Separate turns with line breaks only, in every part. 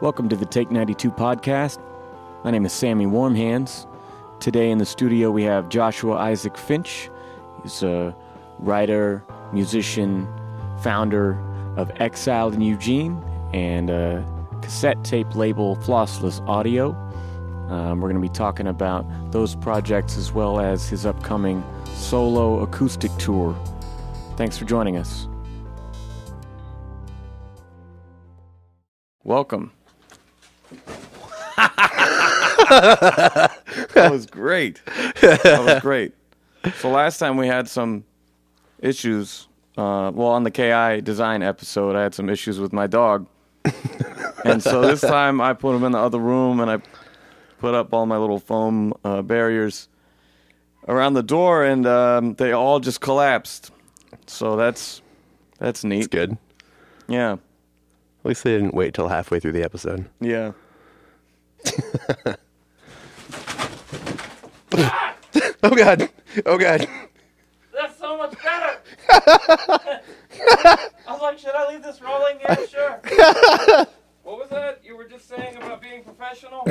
Welcome to the Take 92 podcast. My name is Sammy Warmhands. Today in the studio we have Joshua Isaac Finch. He's a writer, musician, founder of Exiled in Eugene and a cassette tape label Flossless Audio. Um, we're going to be talking about those projects as well as his upcoming solo acoustic tour. Thanks for joining us. Welcome. that was great. That was great. So last time we had some issues. Uh, well, on the KI design episode, I had some issues with my dog, and so this time I put him in the other room and I put up all my little foam uh, barriers around the door, and um, they all just collapsed. So that's that's neat.
It's good. At
Yeah,
least they didn't wait till halfway through the episode.
yeah.
Oh god. Oh god.
That's so much better. I was like, should I leave this rolling? Yeah, sure. what was that you were just saying about being professional?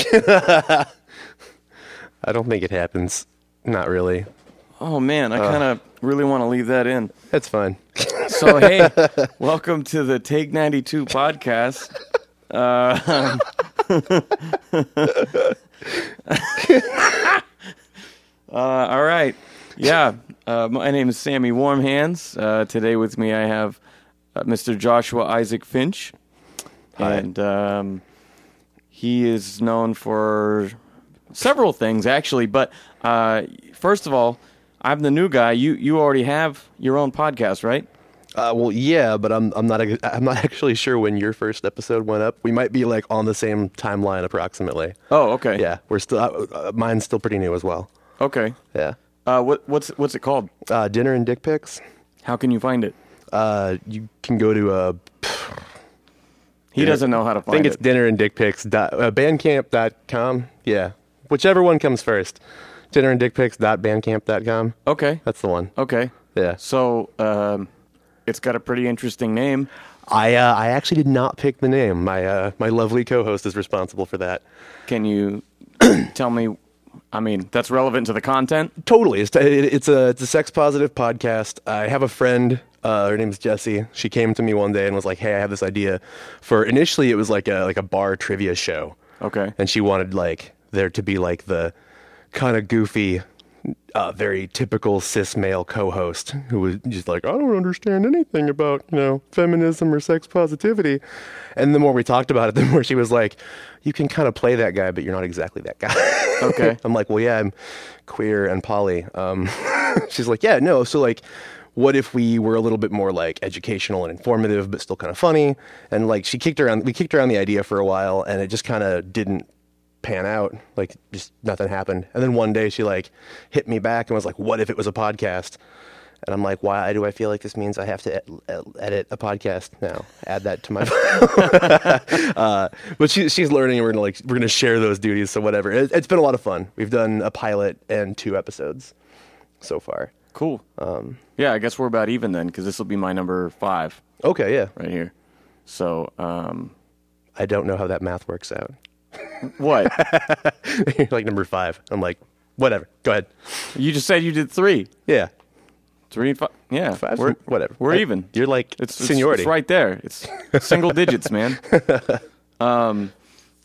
I don't think it happens. Not really.
Oh man, I kind of really want to leave that in.
That's fine.
So hey, welcome to the Take 92 podcast. Uh, uh, all right. Yeah. Uh, my name is Sammy Warmhands. Uh, today with me I have uh, Mr. Joshua Isaac Finch.
Hi.
And um, he is known for several things actually, but uh, first of all, I'm the new guy. You you already have your own podcast, right?
Uh, well, yeah, but I'm I'm not ex- I'm not actually sure when your first episode went up. We might be like on the same timeline approximately.
Oh, okay.
Yeah, we're still uh, uh, mine's still pretty new as well.
Okay.
Yeah.
Uh, what what's what's it called?
Uh, dinner and dick pics.
How can you find it?
Uh, you can go to uh,
He doesn't know how to
I
find
think it's
it.
dinner and dick pics dot, uh, bandcamp.com. Yeah, whichever one comes first. Dinner and dick pics dot bandcamp.com.
Okay.
That's the one.
Okay.
Yeah.
So um, it's got a pretty interesting name.
I uh, I actually did not pick the name. My uh, my lovely co-host is responsible for that.
Can you tell me? I mean, that's relevant to the content.
Totally, it's it, it's a it's a sex positive podcast. I have a friend. Uh, her name's Jessie. She came to me one day and was like, "Hey, I have this idea." For initially, it was like a like a bar trivia show,
Okay.
and she wanted like there to be like the kind of goofy, uh, very typical cis male co-host who was just like, "I don't understand anything about you know feminism or sex positivity," and the more we talked about it, the more she was like, "You can kind of play that guy, but you're not exactly that guy."
Okay.
I'm like, well, yeah, I'm queer and poly. Um, she's like, yeah, no. So like, what if we were a little bit more like educational and informative, but still kind of funny? And like, she kicked around, we kicked around the idea for a while, and it just kind of didn't pan out. Like, just nothing happened. And then one day, she like hit me back and was like, what if it was a podcast? And I'm like, why do I feel like this means I have to ed- ed- edit a podcast now? Add that to my. uh, but she, she's learning. and We're gonna like we're gonna share those duties. So whatever. It, it's been a lot of fun. We've done a pilot and two episodes so far.
Cool. Um, yeah, I guess we're about even then, because this will be my number five
Okay, yeah.
right here. So, um,
I don't know how that math works out.
what?
You're like number five. I'm like, whatever. Go ahead.
you just said you did three,
Yeah.
three, and five. Yeah,
Five.
we're,
whatever.
We're
I-
even.
You're like
It's it's-
seniority.
It's right there. It's single digits, man. Um,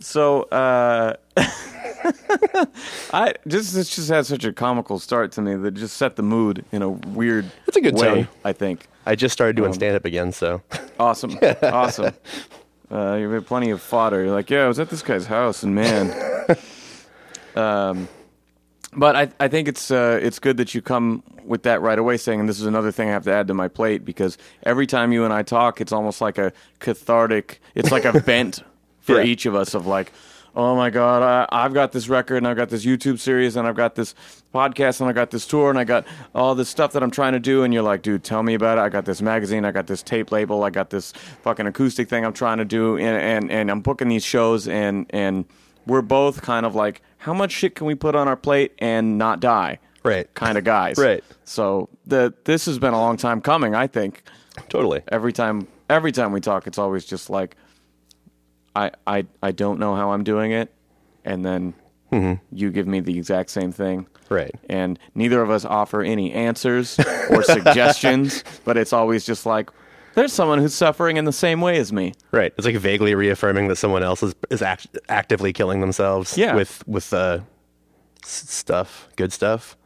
so uh, I just this just had such a comical start to me that just set the mood in a weird.
It's a good
way,
tone.
I think.
I just started
Um,
doing stand up again, so
Awesome, awesome. Uh, you have plenty of fodder. You're like, yeah, I was at this guy's house, and man. um, but I I think it's uh, it's good that you come with that right away, saying, and this is another thing I have to add to my plate because every time you and I talk, it's almost like a cathartic. It's like a vent for
Yeah.
each of us of like. Oh my God! I, I've got this record, and I've got this YouTube series, and I've got this podcast, and I got this tour, and I got all this stuff that I'm trying to do. And you're like, dude, tell me about it. I got this magazine, I got this tape label, I got this fucking acoustic thing I'm trying to do, and and, and I'm booking these shows, and and we're both kind of like, how much shit can we put on our plate and not die?
Right.
Kind of guys.
Right.
So the this has been a long time coming, I think.
totally.
Every time every time we talk, it's always just like I, I, I don't know how I'm doing it. And then you give me the exact same thing.
Mm-hmm. Right.
And neither of us offer any answers or suggestions, but it's always just like, there's someone who's suffering in the same way as me.
Right. It's like vaguely reaffirming that someone else is is act- actively killing themselves
Yeah.
with with uh, s- stuff, good stuff.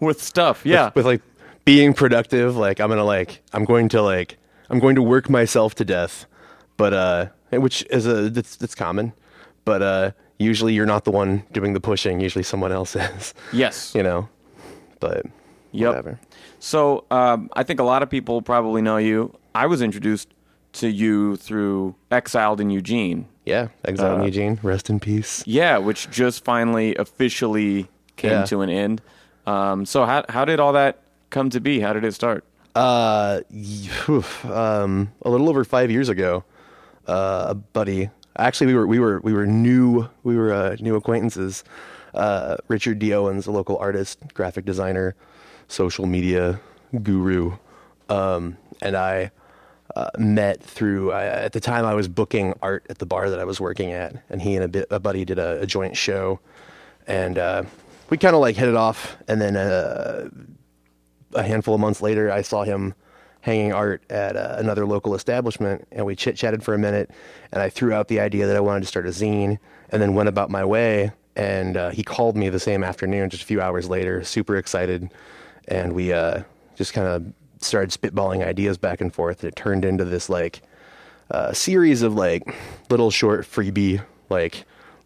With stuff. Yeah.
With like being productive, like I'm going to like I'm going to like I'm going to work myself to death. But uh which is a that's that's common. But uh usually you're not the one doing the pushing, usually someone else is,
yes.
you know. But
Yep.
whatever.
So um, I think a lot of people probably know you. I was introduced to you through Exiled in Eugene.
Yeah, exile
Uh,
in Eugene, rest in peace.
Yeah, which just finally officially came
Yeah.
to an end. Um, so how how did all that come to be? How did it start?
Uh, y- oof, um, a little over five years ago, uh, a buddy. Actually, we were we were we were new we were uh, new acquaintances. Uh, Richard D. Owens, a local artist, graphic designer, social media guru, um, and I uh, met through. I, at the time, I was booking art at the bar that I was working at, and he and a, bit, a buddy did a, a joint show, and uh, we kind of like hit it off. And then uh, a handful of months later, I saw him hanging art at uh, another local establishment, and we chit chatted for a minute. And I threw out the idea that I wanted to start a zine, and then went about my way. And uh, he called me the same afternoon, just a few hours later, super excited, and we uh, just kind of started spitballing ideas back and forth. And it turned into this like a series of like little short freebie like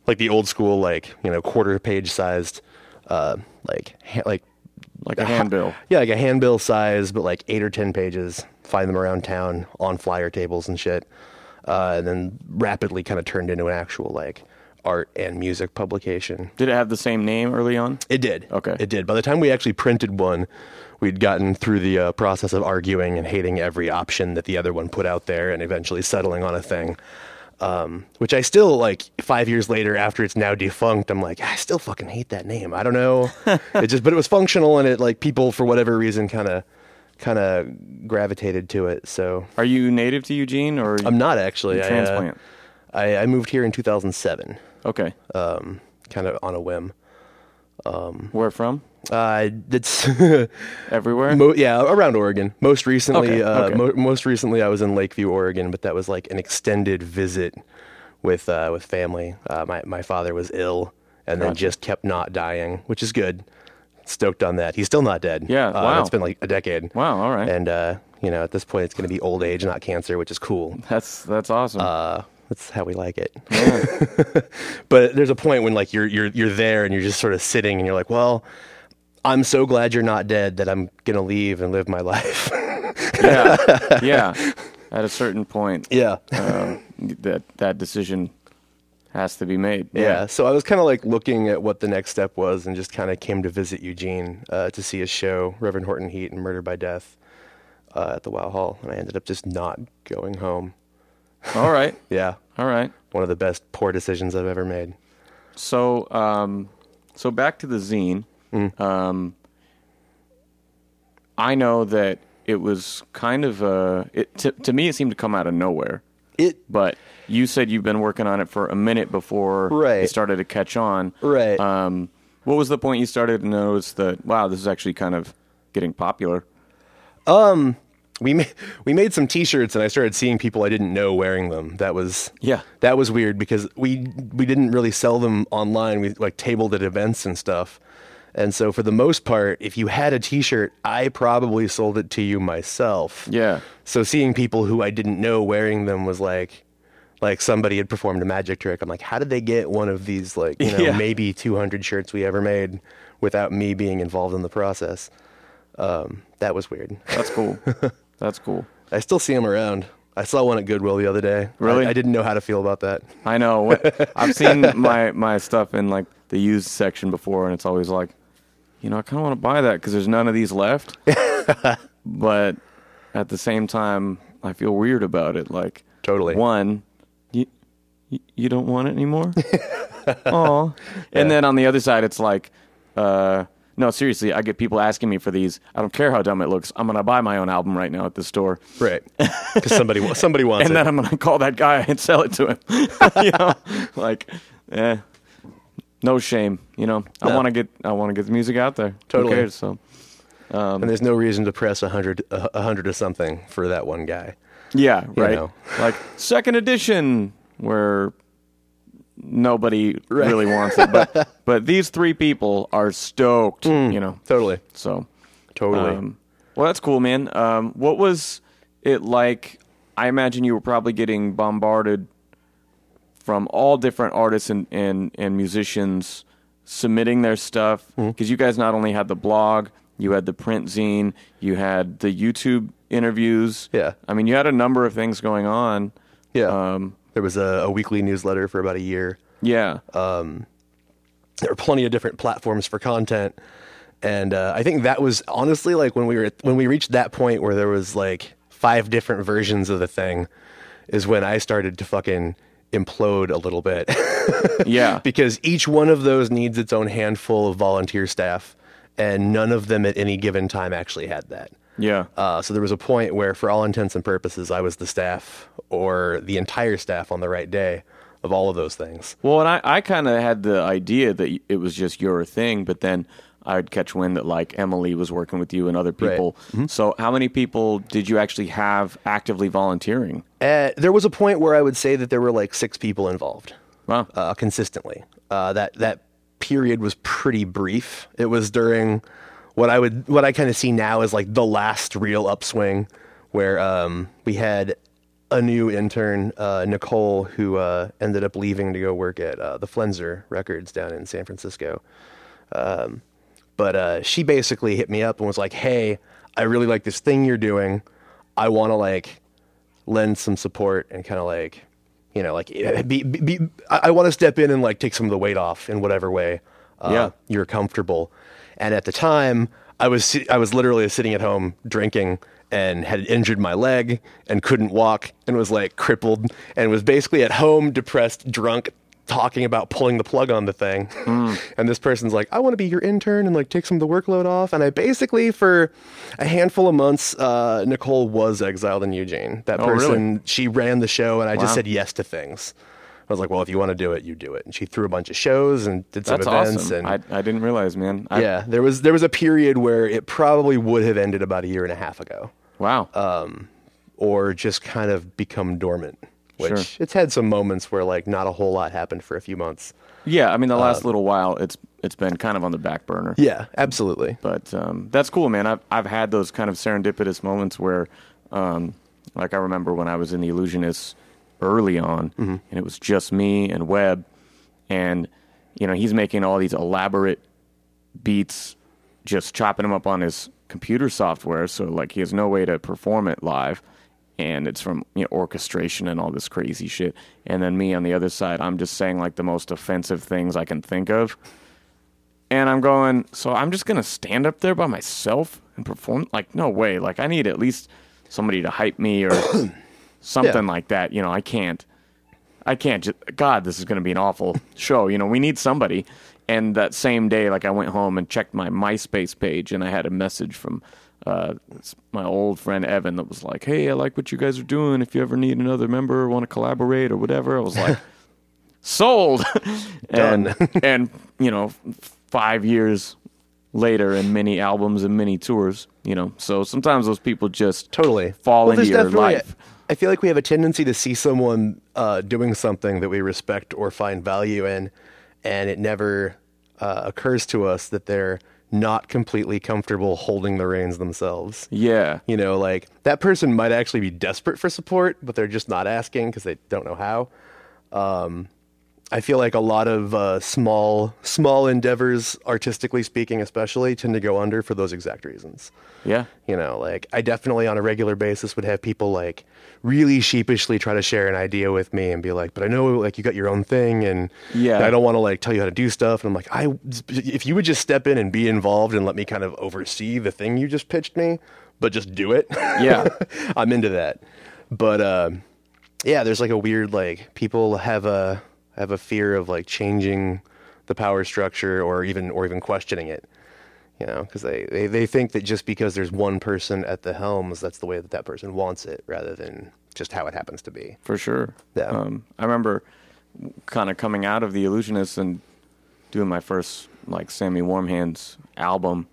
like the old school like you know quarter page sized uh like ha- like
Like a handbill.
yeah like a handbill size but like eight or ten pages find them around town on flyer tables and shit uh and then rapidly kind of turned into an actual like art and music publication
Did it have the same name early on?
it did.
Okay.
It did. By the time we actually printed one, we'd gotten through the uh, process of arguing and hating every option that the other one put out there and eventually settling on a thing. Um, which I still like five years later after it's now defunct, I'm like, I still fucking hate that name. I don't know. it just, but it was functional and it like people for whatever reason kind of, kind of gravitated to it. So
Are you native to Eugene or
I'm not actually. I, uh,
transplant?
I, I moved here in 2007,
okay.
um, kind of on a whim.
Where from?
Uh, that's
Everywhere?
Mo- yeah, around Oregon. Most
Okay,
recently, uh,
okay.
Mo- most recently, I was in Lakeview, Oregon, but that was like an extended visit with uh, with family. Uh, my my father was ill, and then
Gotcha.
just kept not dying, which is good. Stoked on that. He's still not dead.
Yeah,
uh,
wow.
It's been like a decade.
wow, all right.
And uh, you know, at this point, it's going to be old age, not cancer, which is cool.
that's that's awesome.
Uh, that's how we like it. but there's a point when like you're you're you're there and you're just sort of sitting and you're like, well, I'm so glad you're not dead that I'm gonna leave and live my life.
yeah. yeah. At a certain point,
yeah.
um, that that decision has to be made.
Yeah. So I was kind of like looking at what the next step was and just kind of came to visit Eugene uh, to see his show, Reverend Horton Heat and Murder by Death, uh, at the Wow Hall. And I ended up just not going home.
All right.
Yeah.
All right.
One of the best poor decisions I've ever made.
So, um, so back to the zine.
Mm.
Um, I know that it was kind of a. It, to, to me, it seemed to come out of nowhere.
It
But you said you've been working on it for a minute before
Right.
it started to catch on.
Right.
Um, what was the point you started to notice that? Wow, this is actually kind of getting popular.
we made we made some t-shirts and I started seeing people I didn't know wearing them. That was
Yeah.
That was weird because we we didn't really sell them online. We like tabled at events and stuff. And so for the most part, if you had a t-shirt, I probably sold it to you myself.
Yeah.
So seeing people who I didn't know wearing them was like like somebody had performed a magic trick. I'm like, how did they get one of these like, you know,
Yeah.
maybe 200 shirts we ever made without me being involved in the process? Um, that was weird.
That's cool. That's cool.
I still see them around. I saw one at Goodwill the other day.
Really?
I, I didn't know how to feel about that.
I know. What, I've seen my, my stuff in like the used section before, and it's always like, you know, I kind of want to buy that because there's none of these left. but at the same time, I feel weird about it. Like,
Totally.
one, you you- you don't want it anymore. Oh, and then on the other side, it's like, uh, No, seriously, I get people asking me for these. I don't care how dumb it looks. I'm gonna buy my own album right now at the store,
Right. Because somebody, wa- somebody wants
and
it.
then I'm gonna call that guy and sell it to him. you know, like, eh, no shame. You know, I
No.
want to get I want to get the music out there. Who
Totally.
cares? so um,
and there's no reason to press a hundred, a a hundred or something for that one guy.
yeah, right.
know.
Like second edition, where nobody
Right.
really wants it, but but these three people are stoked.
Mm.
You know,
Totally.
so
Totally.
Um, well, that's cool, man. Um, what was it like? I imagine you were probably getting bombarded from all different artists and, and, and musicians submitting their stuff because you guys not only had the blog, you had the print zine, you had the YouTube interviews.
Yeah.
I mean, you had a number of things going on.
yeah.
um,
there was a, a weekly newsletter for about a year.
Yeah.
there were plenty of different platforms for content and uh, i think that was honestly like when we were when we reached that point where there was like five different versions of the thing is when i started to fucking implode a little bit
yeah.
because each one of those needs its own handful of volunteer staff and none of them at any given time actually had that
Yeah.
uh, so there was a point where, for all intents and purposes, I was the staff or the entire staff on the right day of all of those things.
Well, and I, I kind of had the idea that it was just your thing, but then I'd catch wind that like Emily was working with you and other people.
Mm-hmm.
So, how many people did you actually have actively volunteering?
Uh, there was a point where I would say that there were like six people involved
Wow.
uh, consistently. Uh, that that period was pretty brief. It was during what I would what I kind of see now as like the last real upswing, where um, we had a new intern, uh, Nicole, who uh, ended up leaving to go work at uh, the Flenser Records down in San Francisco. Um, But uh, she basically hit me up and was like, "Hey, I really like this thing you're doing. I want to like lend some support and kind of like, you know, like eh, be, be, be, I, I want to step in and like take some of the weight off in whatever way uh,
Yeah.
you're comfortable." And at the time, I was si- I was literally sitting at home drinking and had injured my leg and couldn't walk and was like crippled and was basically at home depressed, drunk, talking about pulling the plug on the thing. and this person's like, I want to be your intern and like take some of the workload off. And I basically, for a handful of months, uh, Nicole was exiled in Eugene. That
Oh, really?
person, she ran the show and I
Wow.
just said yes to things. I was like, well, if you want to do it, you do it. And she threw a bunch of shows and did some
That's
events.
awesome.
And
I, I didn't realize, man. I,
yeah, there was there was a period where it probably would have ended about a year and a half ago
Wow.
Uh, or just kind of become dormant. Which
Sure.
it's had some moments where like not a whole lot happened for a few months.
yeah. I mean,
uh,
the last little while, it's it's been kind of on the back burner.
Yeah, absolutely.
but um, that's cool, man. I've I've had those kind of serendipitous moments where, um, like I remember when I was in the Illusionists early on, and it was just me and Webb, and you know he's making all these elaborate beats, just chopping them up on his computer software, so like he has no way to perform it live. And it's from you know, orchestration and all this crazy shit. And then me on the other side, I'm just saying like the most offensive things I can think of and I'm going, so I'm just gonna stand up there by myself and perform like no way. Like I need at least somebody to hype me or something
Yeah.
like that. You know, I can't I can't just God, this is gonna be an awful show. You know, we need somebody. And that same day, like I went home and checked my MySpace page and I had a message from uh, s- my old friend Evan that was like, Hey, I like what you guys are doing. If you ever need another member or want to collaborate or whatever, I was like sold and and you know five years later and many albums and many tours you know so sometimes those people just
Totally.
fall
Well,
into
there's
your
definitely-
life
I feel like we have a tendency to see someone uh, doing something that we respect or find value in, and it never uh, occurs to us that they're not completely comfortable holding the reins themselves.
yeah
You know, like that person might actually be desperate for support, but they're just not asking because they don't know how. Um, I feel like a lot of uh, small small endeavors, artistically speaking, especially, tend to go under for those exact reasons.
yeah
You know, like I definitely on a regular basis would have people like really sheepishly try to share an idea with me and be like, "But I know like you got your own thing, and
Yeah.
I don't want to like tell you how to do stuff." And I'm like, "I if you would just step in and be involved and let me kind of oversee the thing you just pitched me, but just do it."
Yeah.
I'm into that. But um yeah, there's like a weird like people have a have a fear of like changing the power structure or even or even questioning it you know, because they, they, they think that just because there's one person at the helms, that's the way that that person wants it, rather than just how it happens to be.
for sure.
Yeah.
Um, I remember kind of coming out of the Illusionist and doing my first like Sammy Warmhands album.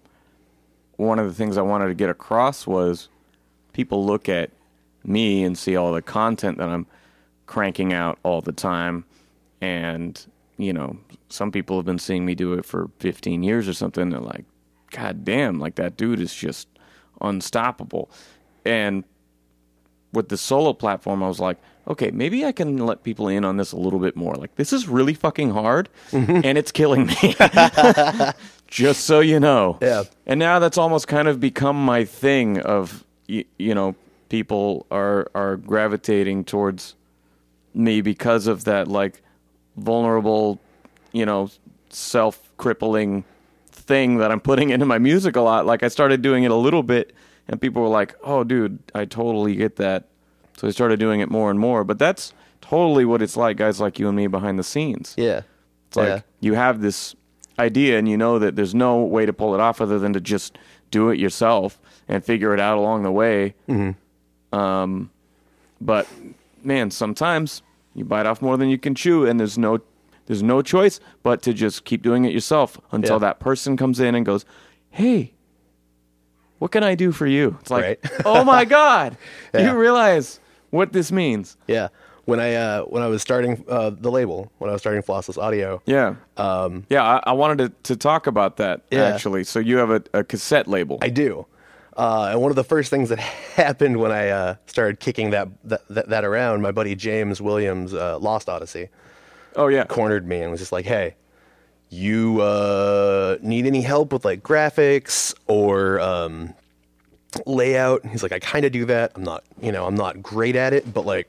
One of the things I wanted to get across was people look at me and see all the content that I'm cranking out all the time, and you know, some people have been seeing me do it for 15 years or something. They're like, "God damn! Like that dude is just unstoppable," and with the solo platform, I was like, okay, maybe I can let people in on this a little bit more. Like, this is really fucking hard and it's killing me. Just so you know.
Yeah.
And now that's almost kind of become my thing of, you, you know, people are, are gravitating towards me because of that, like, vulnerable, you know, self crippling thing that I'm putting into my music a lot. Like I started doing it a little bit, and people were like, "Oh, dude, I totally get that." So I started doing it more and more. But that's totally what it's like, guys like you and me behind the scenes.
Yeah.
It's like you have this idea, and you know that there's no way to pull it off other than to just do it yourself and figure it out along the way. Um,
Mm-hmm.
but man, sometimes you bite off more than you can chew, and there's no there's no choice but to just keep doing it yourself until
Yeah.
that person comes in and goes, "Hey, what can I do for you?" It's like,
Right.
"Oh my god,
Yeah.
you realize what this means?"
yeah. When I uh, when I was starting uh, the label, when I was starting Flossless Audio,
Yeah. Um, yeah, I, I wanted to, to talk about that
Yeah.
actually. So you have a, a cassette label.
I do. Uh, and one of the first things that happened when I uh, started kicking that, that that that around, my buddy James Williams, uh, Lost Odyssey,
oh yeah.
cornered me and was just like, "Hey, you uh, need any help with like graphics or um, layout?" He's like, "I kind of do that. I'm not, you know, I'm not great at it, but like."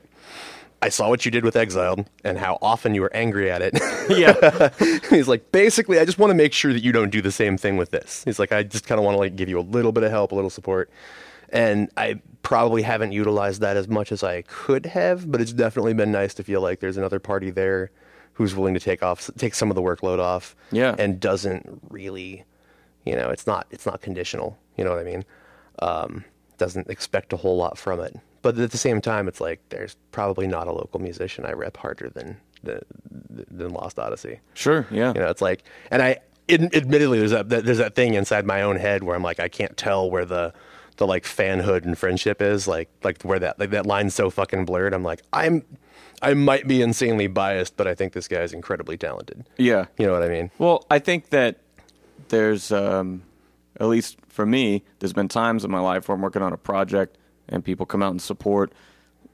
I saw what you did with Exiled and how often you were angry at it.
yeah.
He's like, basically, I just want to make sure that you don't do the same thing with this. He's like, I just kind of want to like give you a little bit of help, a little support. And I probably haven't utilized that as much as I could have, but it's definitely been nice to feel like there's another party there who's willing to take off, take some of the workload off.
Yeah.
And doesn't really, you know, it's not, it's not conditional. You know what I mean? Um, doesn't expect a whole lot from it. But at the same time, it's like there's probably not a local musician I rep harder than the, than Lost Odyssey.
Sure. Yeah.
You know, it's like, and I ad- admittedly there's that there's that thing inside my own head where I'm like, I can't tell where the the like fanhood and friendship is like like where that like that line's so fucking blurred. I'm like, I'm I might be insanely biased, but I think this guy is incredibly talented.
Yeah.
You know what I mean?
Well, I think that there's, um, at least for me, there's been times in my life where I'm working on a project and people come out and support,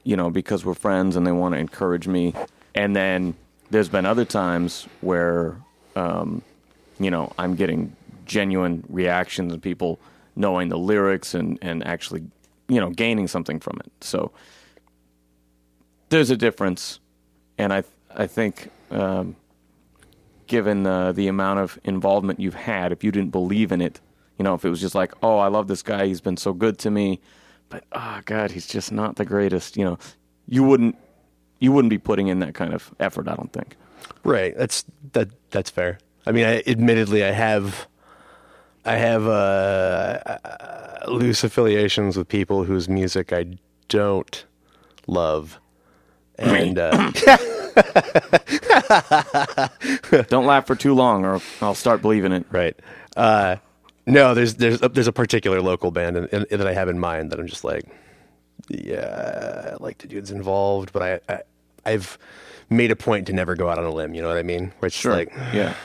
you know, because we're friends and they want to encourage me. And then there's been other times where, um, you know, I'm getting genuine reactions and people knowing the lyrics and, and actually, you know, gaining something from it. So there's a difference. And I, I think, um, given uh, the amount of involvement you've had, if you didn't believe in it, you know, if it was just like, oh, I love this guy, he's been so good to me, but oh god, he's just not the greatest, you know, you wouldn't you wouldn't be putting in that kind of effort, I don't think.
Right. That's that. That's fair. I mean, I, admittedly, I have, I have uh, uh, loose affiliations with people whose music I don't love, and uh,
Don't laugh for too long, or I'll start believing it.
right. Uh, no, there's there's a, there's a particular local band in, in, that I have in mind that I'm just like, yeah, I like the dudes involved, but I, I I've made a point to never go out on a limb. You know what I mean? Where it's just like,
yeah.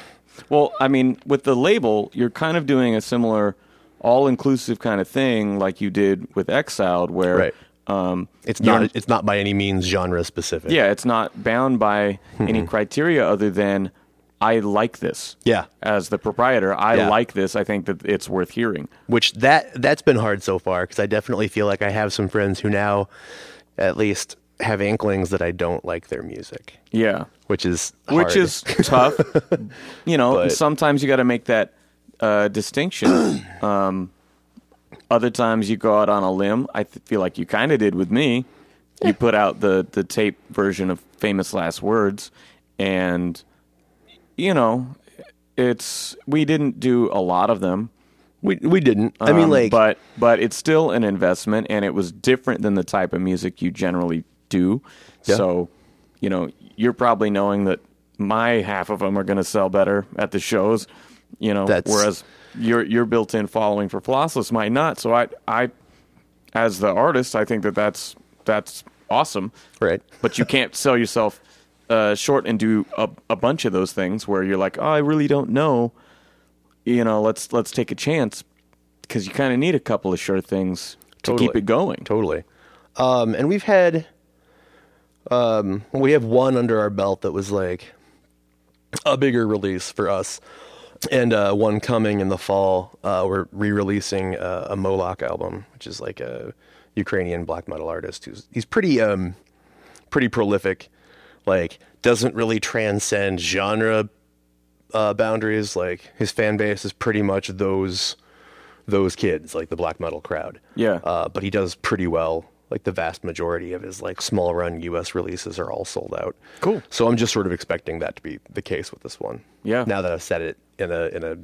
Well, I mean, with the label, you're kind of doing a similar all-inclusive kind of thing, like you did with Exiled, where
Right.
um,
it's
you're-
not it's not by any means genre specific.
Yeah, it's not bound by
Hmm.
any criteria other than I like this.
Yeah.
As the proprietor, I
Yeah.
like this. I think that it's worth hearing.
which that that's been hard so far because I definitely feel like I have some friends who now, at least, have inklings that I don't like their music,
Yeah.
which is
Which
hard.
is tough. you know,
But-
sometimes you got to make that uh, distinction. um, other times you go out on a limb. I th- feel like you kind of did with me. You put out the, the tape version of Famous Last Words, and, you know, it's we didn't do a lot of them.
We we didn't. I mean,
Um,
like,
but but it's still an investment, and it was different than the type of music you generally do.
Yeah.
So, you know, you're probably knowing that my half of them are going to sell better at the shows. You know,
That's-
whereas your your built-in following for Flossless might not. So I I, as the artist, I think that that's that's awesome.
right?
But you can't sell yourself uh, short and do a, a bunch of those things where you're like, oh, I really don't know. You know, let's let's take a chance because you kind of need a couple of sure things to keep
Totally.
it going.
Totally. Um, and we've had, um, we have one under our belt that was like a bigger release for us, and uh, one coming in the fall. Uh, we're re-releasing uh, a Moloch album, which is like a Ukrainian black metal artist who's he's pretty um, pretty prolific. Like doesn't really transcend genre uh, boundaries. Like his fan base is pretty much those those kids, like the black metal crowd.
Yeah.
Uh, but he does pretty well. Like the vast majority of his like small run U.S. releases are all sold out.
Cool.
So I'm just sort of expecting that to be the case with this one.
Yeah.
Now that I've said it in a in a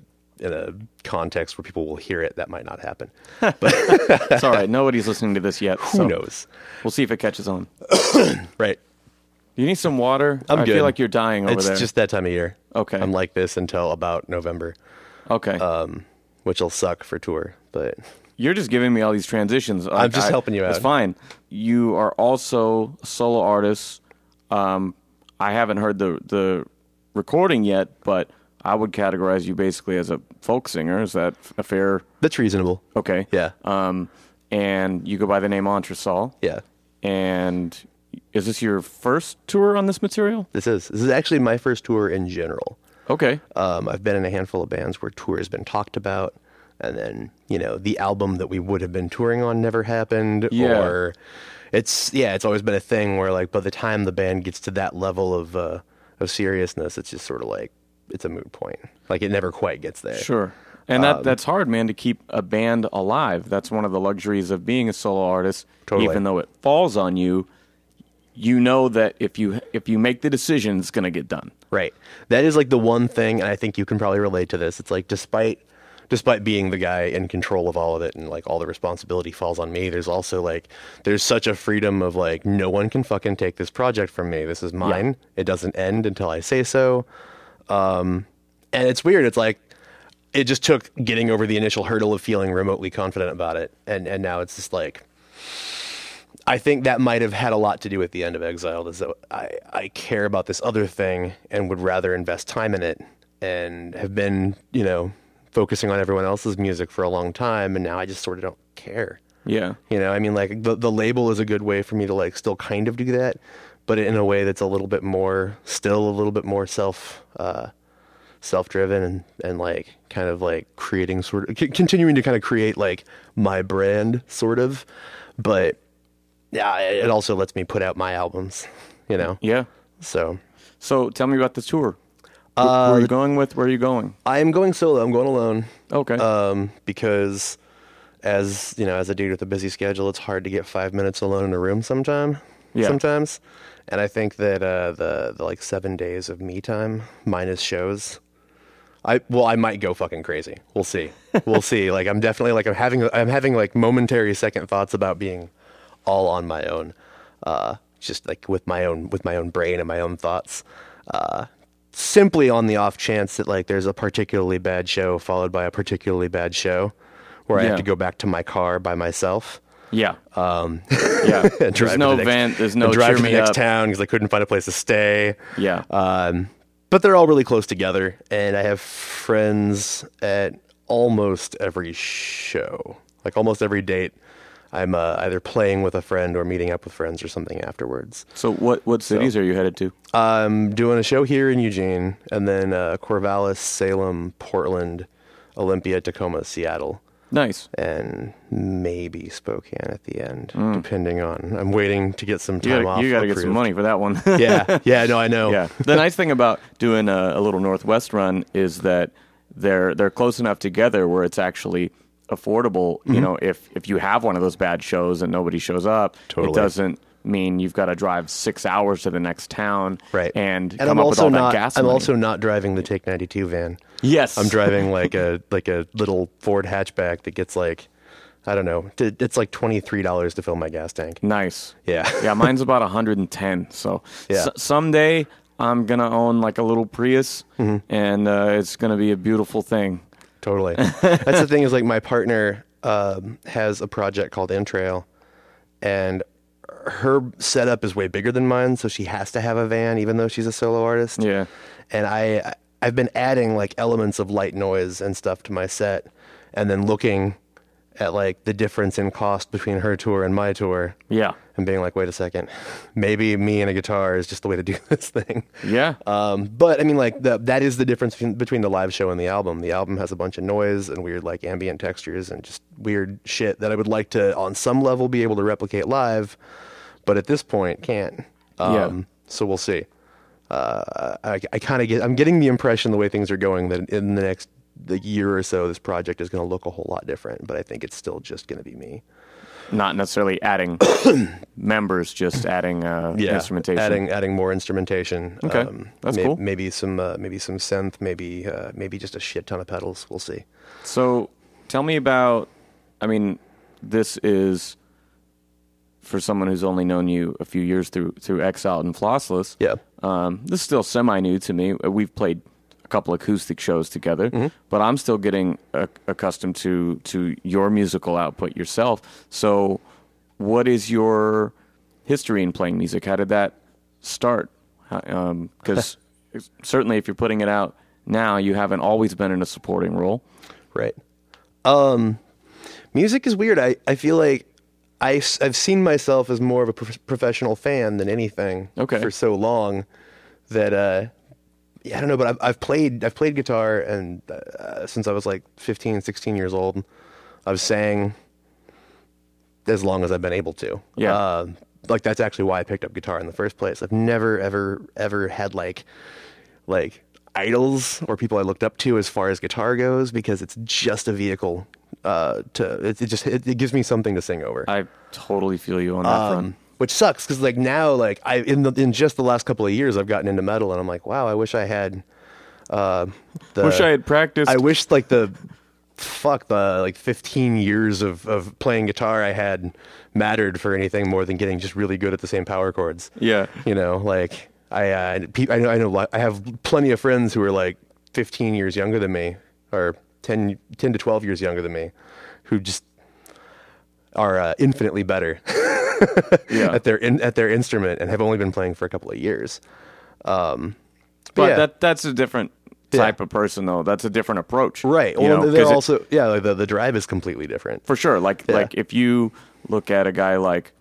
in a context where people will hear it, that might not happen.
It's all right. Nobody's listening to this yet.
Who
so
knows?
We'll see if it catches on.
Right.
You need some water.
I'm
I
good.
feel like you're dying over
it's
there.
just that time of year.
Okay.
I'm like this until about November,
okay.
um, which'll suck for tour. But
You're just giving me all these transitions. Like,
just helping you
It's
out.
fine. You are also a solo artist. Um, I haven't heard the the recording yet, but I would categorize you basically as a folk singer. Is that a fair?
that's reasonable.
Okay.
Yeah.
Um, and you go by the name Entresol.
Yeah.
And is this your first tour on this material?
This is this is actually my first tour in general.
Okay.
Um, I've been in a handful of bands where tour has been talked about, and then you know the album that we would have been touring on never happened.
Yeah.
Or it's yeah, it's always been a thing where like by the time the band gets to that level of uh, of seriousness, it's just sort of like it's a moot point. Like it never quite gets there.
Sure. And
Um,
that that's hard, man, to keep a band alive. That's one of the luxuries of being a solo artist.
Totally.
Even though it falls on you, you know that if you if you make the decision, it's going to get done.
Right. That is like the one thing, and I think you can probably relate to this. It's like despite despite being the guy in control of all of it and like all the responsibility falls on me, there's also like there's such a freedom of like no one can fucking take this project from me. This is mine. It doesn't end until I say so. Um and it's weird. It's like it just took getting over the initial hurdle of feeling remotely confident about it. And and now it's just like I think that might have had a lot to do with the end of Exiled, is that I, I care about this other thing and would rather invest time in it and have been, you know, focusing on everyone else's music for a long time. And now I just sort of don't care.
Yeah.
You know, I mean, like the, the label is a good way for me to like still kind of do that, but in a way that's a little bit more, still a little bit more self, uh, self driven and, and like kind of like creating sort of c- continuing to kind of create like my brand sort of, but yeah, it it also lets me put out my albums, you know?
Yeah.
So
So tell me about the tour. Wh-
Uh,
where are you going with? Where are you going?
I am going solo. I'm going alone.
Okay.
um, because as you know, as a dude with a busy schedule, it's hard to get five minutes alone in a room sometime.
Yeah.
Sometimes, and I think that uh, the the like seven days of me time minus shows. I well, I might go fucking crazy. We'll see. We'll see. Like I'm definitely like I'm having I'm having like momentary second thoughts about being all on my own, uh, just like with my own with my own brain and my own thoughts. Uh, simply on the off chance that like there's a particularly bad show followed by a particularly bad show, where I
Yeah.
have to go back to my car by myself.
yeah. Um, yeah. There's
and drive to
no
the next-
vent. There's
and
no
drive
cheer
to the
me
next
up.
town because I couldn't find a place to stay.
Yeah.
Um, but they're all really close together, and I have friends at almost every show, like almost every date. I'm uh, either playing with a friend or meeting up with friends or something afterwards.
so what what cities are you headed to?
uh, I'm doing a show here in Eugene, and then uh, Corvallis, Salem, Portland, Olympia, Tacoma, Seattle,
Nice.
and maybe Spokane at the end, depending on. I'm waiting to get some
Mm. You
time
gotta,
off.
you gotta get some
approved.
money for that one.
yeah, yeah, no, I know.
Yeah. The nice thing about doing a, a little Northwest run is that they're they're close enough together where it's actually
Mm-hmm.
affordable. You know, if if you have one of those bad shows and nobody shows up,
Totally.
it doesn't mean you've got to drive six hours to the next town,
Right.
And,
and
come
I'm
up with
also
all
not.
that gas.
I'm
money.
also not driving the Take 92 van.
yes.
I'm driving like a like a little Ford hatchback that gets like I don't know. t- It's like twenty three dollars to fill my gas tank.
nice.
Yeah.
yeah, mine's about 110. So
Yeah.
s- someday I'm gonna own like a little Prius,
Mm-hmm.
and uh, it's gonna be a beautiful thing.
Totally. That's the thing is like my partner um, has a project called Entrail, and her setup is way bigger than mine, so she has to have a van, even though she's a solo artist.
Yeah.
And I, I've been adding like elements of light noise and stuff to my set, and then looking at like the difference in cost between her tour and my tour.
Yeah.
And being like, wait a second, maybe me and a guitar is just the way to do this thing.
Yeah.
Um, but I mean, like the, that is the difference between, between the live show and the album. The album has a bunch of noise and weird like ambient textures and just weird shit that I would like to, on some level, be able to replicate live, but at this point can't. Um,
Yeah.
So we'll see. Uh, I, I kind of get. I'm getting the impression the way things are going that in the next the year or so, this project is going to look a whole lot different. But I think it's still just going to be me.
Not necessarily adding members, just adding uh, instrumentation.
Adding adding more instrumentation. um,
Okay, that's cool.
Maybe some uh, maybe some synth. Maybe uh, maybe just a shit ton of pedals. We'll see.
So tell me about I mean, this is for someone who's only known you a few years through through Exiled and Flossless.
Yeah.
Um, this is still semi new to me. Uh, We've played a couple acoustic shows together,
Mm-hmm.
but I'm still getting uh, accustomed to to your musical output yourself. So what is your history in playing music? How did that start? Because um 'cause certainly if you're putting it out now, you haven't always been in a supporting role.
Right. Um, music is weird. I I feel like I have seen myself as more of a prof- professional fan than anything.
Okay.
For so long that uh, yeah, I don't know, but I've I've played I've played guitar and uh, since I was like 15, 16 years old, I've sang as long as I've been able to.
Yeah.
Uh, like that's actually why I picked up guitar in the first place. I've never ever ever had like like idols or people I looked up to as far as guitar goes because it's just a vehicle uh, to it, it just it, it gives me something to sing over.
I um, totally feel you on that
Um,
front.
which sucks because like now like I in the in just the last couple of years I've gotten into metal and I'm like wow I wish I had uh, the
Wish I had practiced.
I wish like the fuck the like 15 years of of playing guitar I had mattered for anything more than getting just really good at the same power chords.
Yeah.
You know, like I uh, pe- I know I know li- I have plenty of friends who are like 15 years younger than me or 10 10 to 12 years younger than me who just are uh, infinitely better
yeah.
at their in, at their instrument and have only been playing for a couple of years. Um
but
yeah.
that that's a different
Yeah.
type of person though. That's a different approach.
Right.
you
Well,
know,
they're
'cause it-
also yeah. Like the the drive is completely different.
for sure. Like
Yeah.
like if you look at a guy like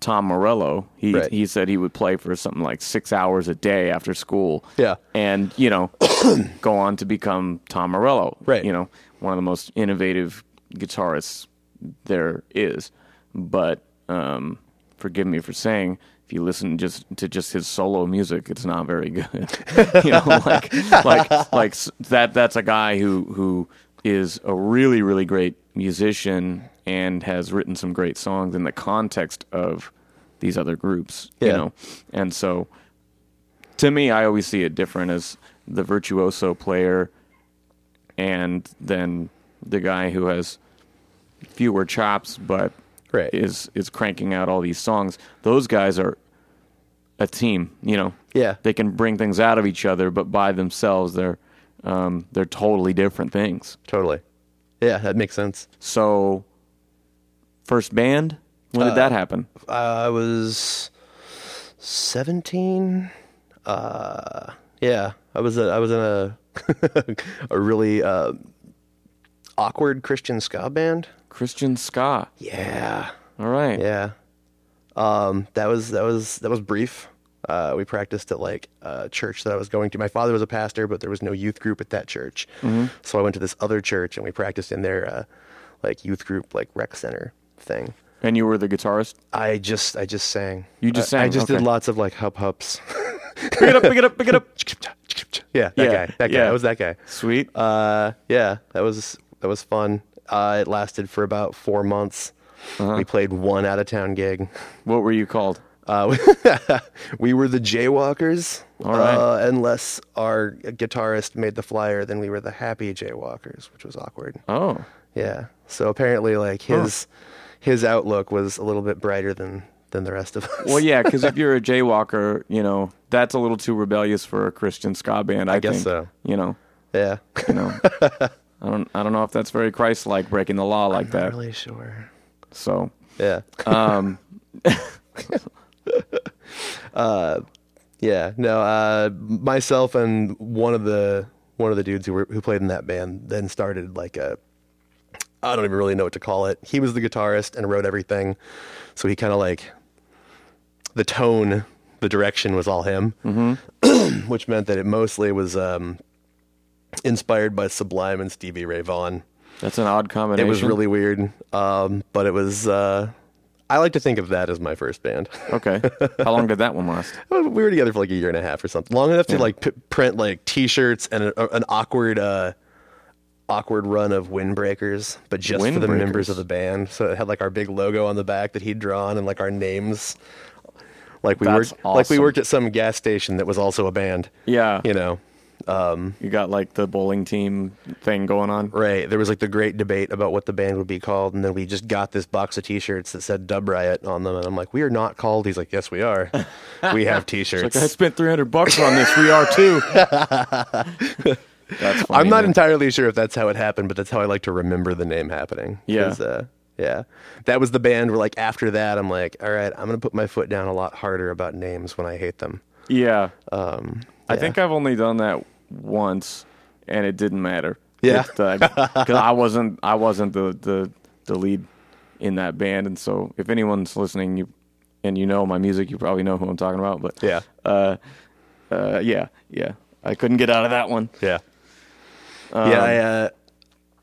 Tom Morello, he
Right.
he said he would play for something like six hours a day after school.
Yeah.
And, you know, go on to become Tom Morello.
Right.
You know, one of the most innovative guitarists there is. But um forgive me for saying if you listen just to just his solo music, it's not very good. you know, like like like s- that. That's a guy who who is a really really great musician and has written some great songs in the context of these other groups. You
Yeah.
know, and so to me, I always see it different as the virtuoso player and then the guy who has fewer chops but
Right.
is is cranking out all these songs. Those guys are a team, you know.
Yeah.
They can bring things out of each other, but by themselves they're um, they're totally different things.
Totally. Yeah, that makes sense.
So first band, when did
Uh,
that happen?
I was seventeen. Uh, yeah, I was a, I was in a a really uh, awkward Christian ska band.
Christian Ska.
Yeah,
All right.
yeah. Um, that was that was that was brief. Uh, we practiced at like a church that I was going to. My father was a pastor, but there was no youth group at that church, so I went to this other church and we practiced in their uh, like youth group like rec center thing.
And you were the guitarist?
I just I just sang.
You just
I, I
sang,
just
okay.
did lots of like hub hups.
Pick it up, pick it up, pick it up.
yeah, that
Yeah,
guy. That guy.
yeah.
That was that guy.
Sweet.
Uh, yeah, that was that was fun. Uh,
Uh-huh.
it lasted for about four months. We played one out of town gig.
What were you called?
Uh, we were the jaywalkers.
All right.
Uh, unless our guitarist made the flyer, then we were the happy jaywalkers, which was awkward.
Oh,
Yeah. So apparently, like his his outlook was a little bit brighter than than the rest of us.
well, yeah, because if you're a jaywalker, you know that's a little too rebellious for a Christian ska band. I,
guess
think.
so.
You know,
yeah.
you know. I don't. I don't know if that's very Christ-like breaking the law like that.
Not really sure.
So
Yeah.
um,
Uh, Yeah, no. Uh, myself and one of the one of the dudes who were, who played in that band then started like a I don't even really know what to call it. He was the guitarist and wrote everything, so he kind of like the tone, the direction was all him, which meant that it mostly was um, inspired by Sublime and Stevie Ray Vaughan.
that's an odd
It
combination.
was really weird, um, but it was. Uh, I like to think of that as my first band.
okay. How long did that one last?
Well, we were together for like a year and a half or something long enough to like p- print like t-shirts and a, an awkward uh awkward run of windbreakers but just for the members
Windbreakers.
of the band so it had like our big logo on the back that he'd drawn and like our names like we
That's
worked like we
awesome.
worked at some gas station that was also a band
Yeah,
you know
you got like the bowling team thing going on.
right there was like the great debate about what the band would be called and then we just got this box of t-shirts that said dub riot on them and i'm like we are not called he's like yes we are we have t-shirts
Like I spent three hundred bucks on this. We are too. that's funny,
I'm not
man.
entirely sure if that's how it happened, but that's how I like to remember the name happening.
Yeah.
'Cause, uh, yeah. That was the band where, like, after that, I'm like, all right, I'm going to put my foot down a lot harder about names when I hate them.
Yeah. I
Um, yeah.
think I've only done that once, and it didn't matter.
Yeah.
because I wasn't I wasn't the, the the lead in that band, and so if anyone's listening, you and you know my music, you probably know who I'm talking about. But
Yeah.
uh, uh, yeah, yeah. I couldn't get out of that one.
Yeah. yeah. I, uh,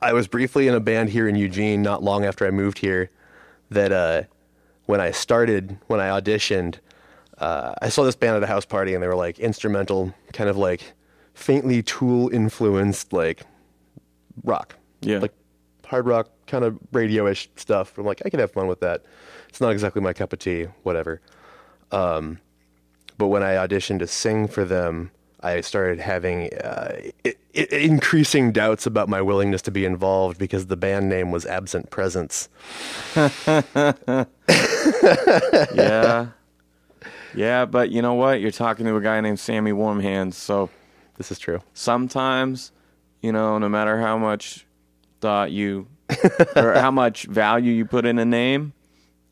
I was briefly in a band here in Eugene not long after I moved here that uh, when I started, when I auditioned, uh, I saw this band at a house party and they were like instrumental, kind of like faintly tool influenced, like rock.
Yeah.
Like hard rock, kind of radio ish stuff. I'm like, I could have fun with that. It's not exactly my cup of tea, whatever. Um, but when I auditioned to sing for them, I started having uh, i i increasing doubts about my willingness to be involved because the band name was Absent Presence.
Yeah, yeah. But you know what? You're talking to a guy named Sammy Warmhands, so
This is true.
sometimes, you know, no matter how much thought you or how much value you put in a name,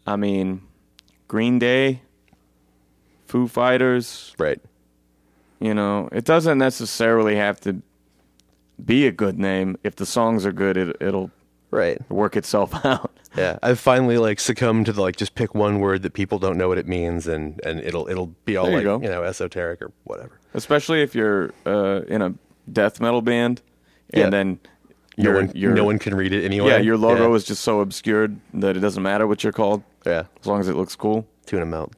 I mean, Green Day, Foo Fighters,
Right.
you know, it doesn't necessarily have to be a good name. If the songs are good, it, it'll
Right.
work itself out.
Yeah. I've finally like succumbed to the like just pick one word that people don't know what it means and and it'll it'll be all
There you go.
like, you know, esoteric or whatever.
Especially if you're uh, in a death metal band and
Yeah.
then
No
your-
one
your-
no one can read it anyway.
yeah, your logo
yeah.
is just so obscured that it doesn't matter what you're called
Yeah.
as long as it looks cool.
Tune them out.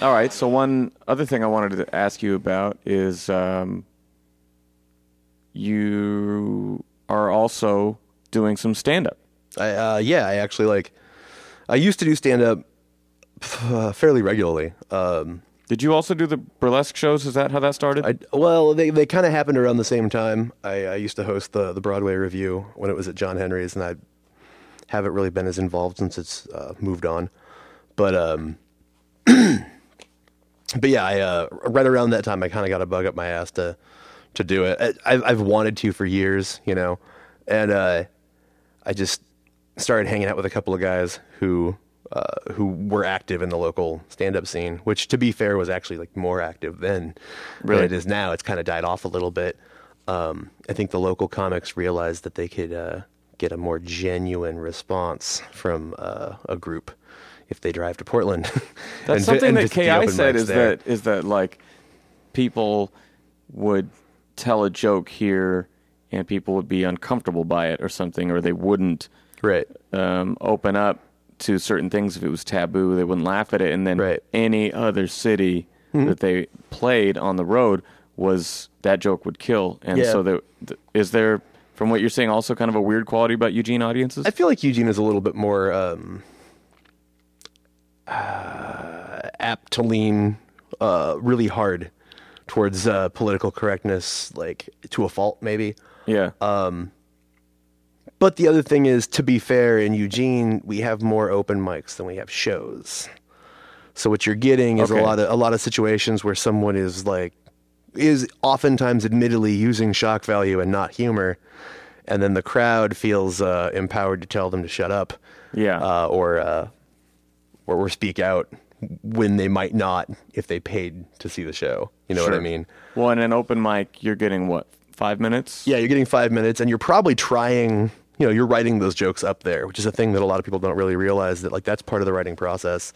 All right. So one other thing I wanted to ask you about is um, you are also doing some stand up.
I uh, yeah, I actually like I used to do stand up uh, fairly regularly. Um
Did you also do the burlesque shows? Is that how that started?
I, well, they, they kind of happened around the same time. I, I used to host the, the Broadway Review when it was at John Henry's, and I haven't really been as involved since it's uh, moved on. But um, but yeah, I, uh, right around that time, I kind of got a bug up my ass to to do it. I, I've, I've wanted to for years, you know, and uh, I just started hanging out with a couple of guys who uh, who were active in the local stand up scene, which to be fair was actually like more active then
Really?
than it is now. It's kind of died off a little bit. Um, I think the local comics realized that they could uh, get a more genuine response from uh, a group if they drive to Portland.
That's something that Ki said is
that.
that is that like people would tell a joke here and people would be uncomfortable by it or something, or they wouldn't
Right.
um, open up to certain things if it was taboo. They wouldn't laugh at it, and then
Right. Hmm.
any other city that they played on the road was that joke would kill. And
Yeah.
so, there, th- is there from what you're saying also kind of a weird quality about Eugene audiences?
I feel like Eugene is a little bit more um, uh, apt to lean uh, really hard towards uh, political correctness, like to a fault, maybe.
Yeah.
uh, But the other thing is, to be fair, in Eugene, we have more open mics than we have shows. So what you're getting is
Okay.
a lot of a lot of situations where someone is like is oftentimes admittedly using shock value and not humor, and then the crowd feels uh, empowered to tell them to shut up
yeah.
uh, or uh, or or speak out when they might not if they paid to see the show. You know what I
Sure.
mean?
well, in an open mic, you're getting what? Five minutes?
Yeah, you're getting five minutes, and you're probably trying. You know, you're writing those jokes up there, which is a thing that a lot of people don't really realize that like that's part of the writing process,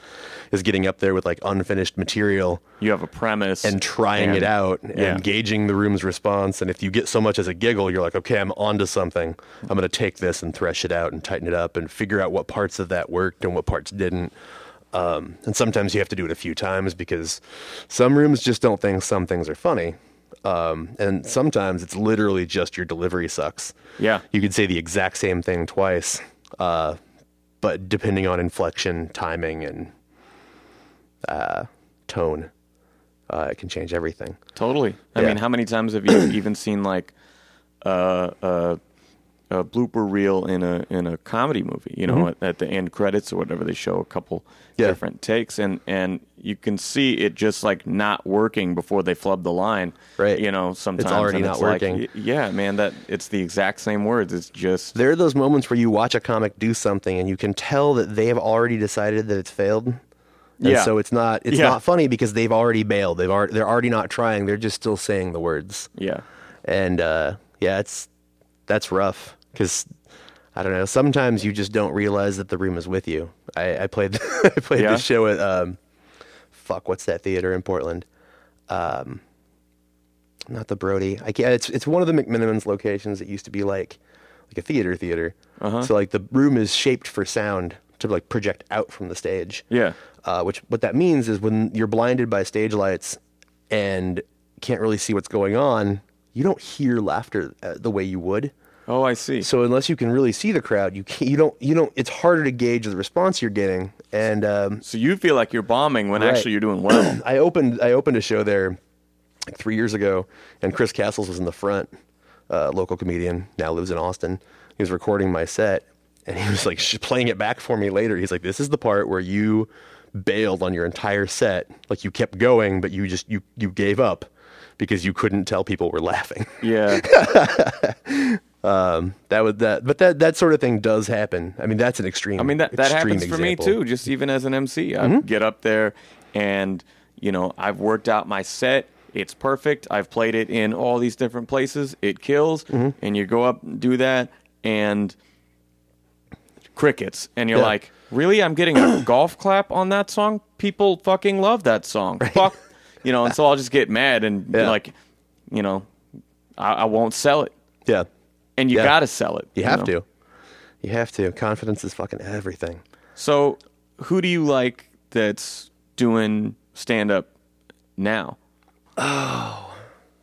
is getting up there with like unfinished material
You have a premise.
and trying it
and-
out and
yeah.
gauging the room's response. And if you get so much as a giggle, you're like, okay, I'm onto something. I'm going to take this and thresh it out and tighten it up and figure out what parts of that worked and what parts didn't. Um, and sometimes you have to do it a few times because some rooms just don't think some things are funny. Um, and sometimes it's literally just your delivery sucks.
Yeah.
You could say the exact same thing twice, uh, but depending on inflection, timing, and uh, tone, uh, it can change everything.
Totally. I
Yeah.
mean, how many times have you even seen like uh, uh, a blooper reel in a in a comedy movie? You know, at, at the end credits or whatever, they show a couple
Mm-hmm. Yeah.
different takes, and and you can see it just like not working before they flub the line.
Right.
You know, sometimes
already
and
not
like,
working.
y- yeah, man. That it's the exact same words. It's just
There are those moments where you watch a comic do something and you can tell that they have already decided that it's failed. And
Yeah.
So it's not it's
Yeah.
not funny because they've already bailed. They've already, they're already not trying. They're just still saying the words.
yeah.
and uh, yeah, it's that's rough because I don't know. Sometimes you just don't realize that the room is with you. I, I played I played
Yeah.
this show at um, fuck, what's that theater in Portland? Um, not the Brody. I can't. It's it's one of the McMinimans locations that used to be like like a theater theater.
Uh-huh.
So like the room is shaped for sound to like project out from the stage.
Yeah.
Uh, which what that means is when you're blinded by stage lights and can't really see what's going on, you don't hear laughter uh, the way you would.
Oh, I see.
So unless you can really see the crowd, you can't, you don't you don't. It's harder to gauge the response you're getting. And um,
So you feel like you're bombing when
Right.
actually you're doing well.
I opened I opened a show there like three years ago, and Chris Castles was in the front, uh, local comedian now lives in Austin. He was recording my set, and he was like sh- playing it back for me later. He's like, "This is the part where you bailed on your entire set, like you kept going, but you just you you gave up because you couldn't tell people were laughing."
yeah.
that was that, but that that sort of thing does happen. I mean, that's an extreme. Mm-hmm.
I mean that that happens for me too. Just even as an MC, I get up there and you know I've worked out my set. It's perfect. I've played it in all these different places. It kills,
Mm-hmm.
and you go up and do that, and crickets, and you're
Yeah.
like, really? I'm getting a golf clap on that song. People fucking love that song. Fuck, you know. And so I'll just get mad and be
Yeah.
like, you know, I, I won't sell it,
Yeah,
and you
Yeah.
gotta sell it.
you have
know?
to. You have to. Confidence is fucking everything.
So, who do you like that's doing stand up now?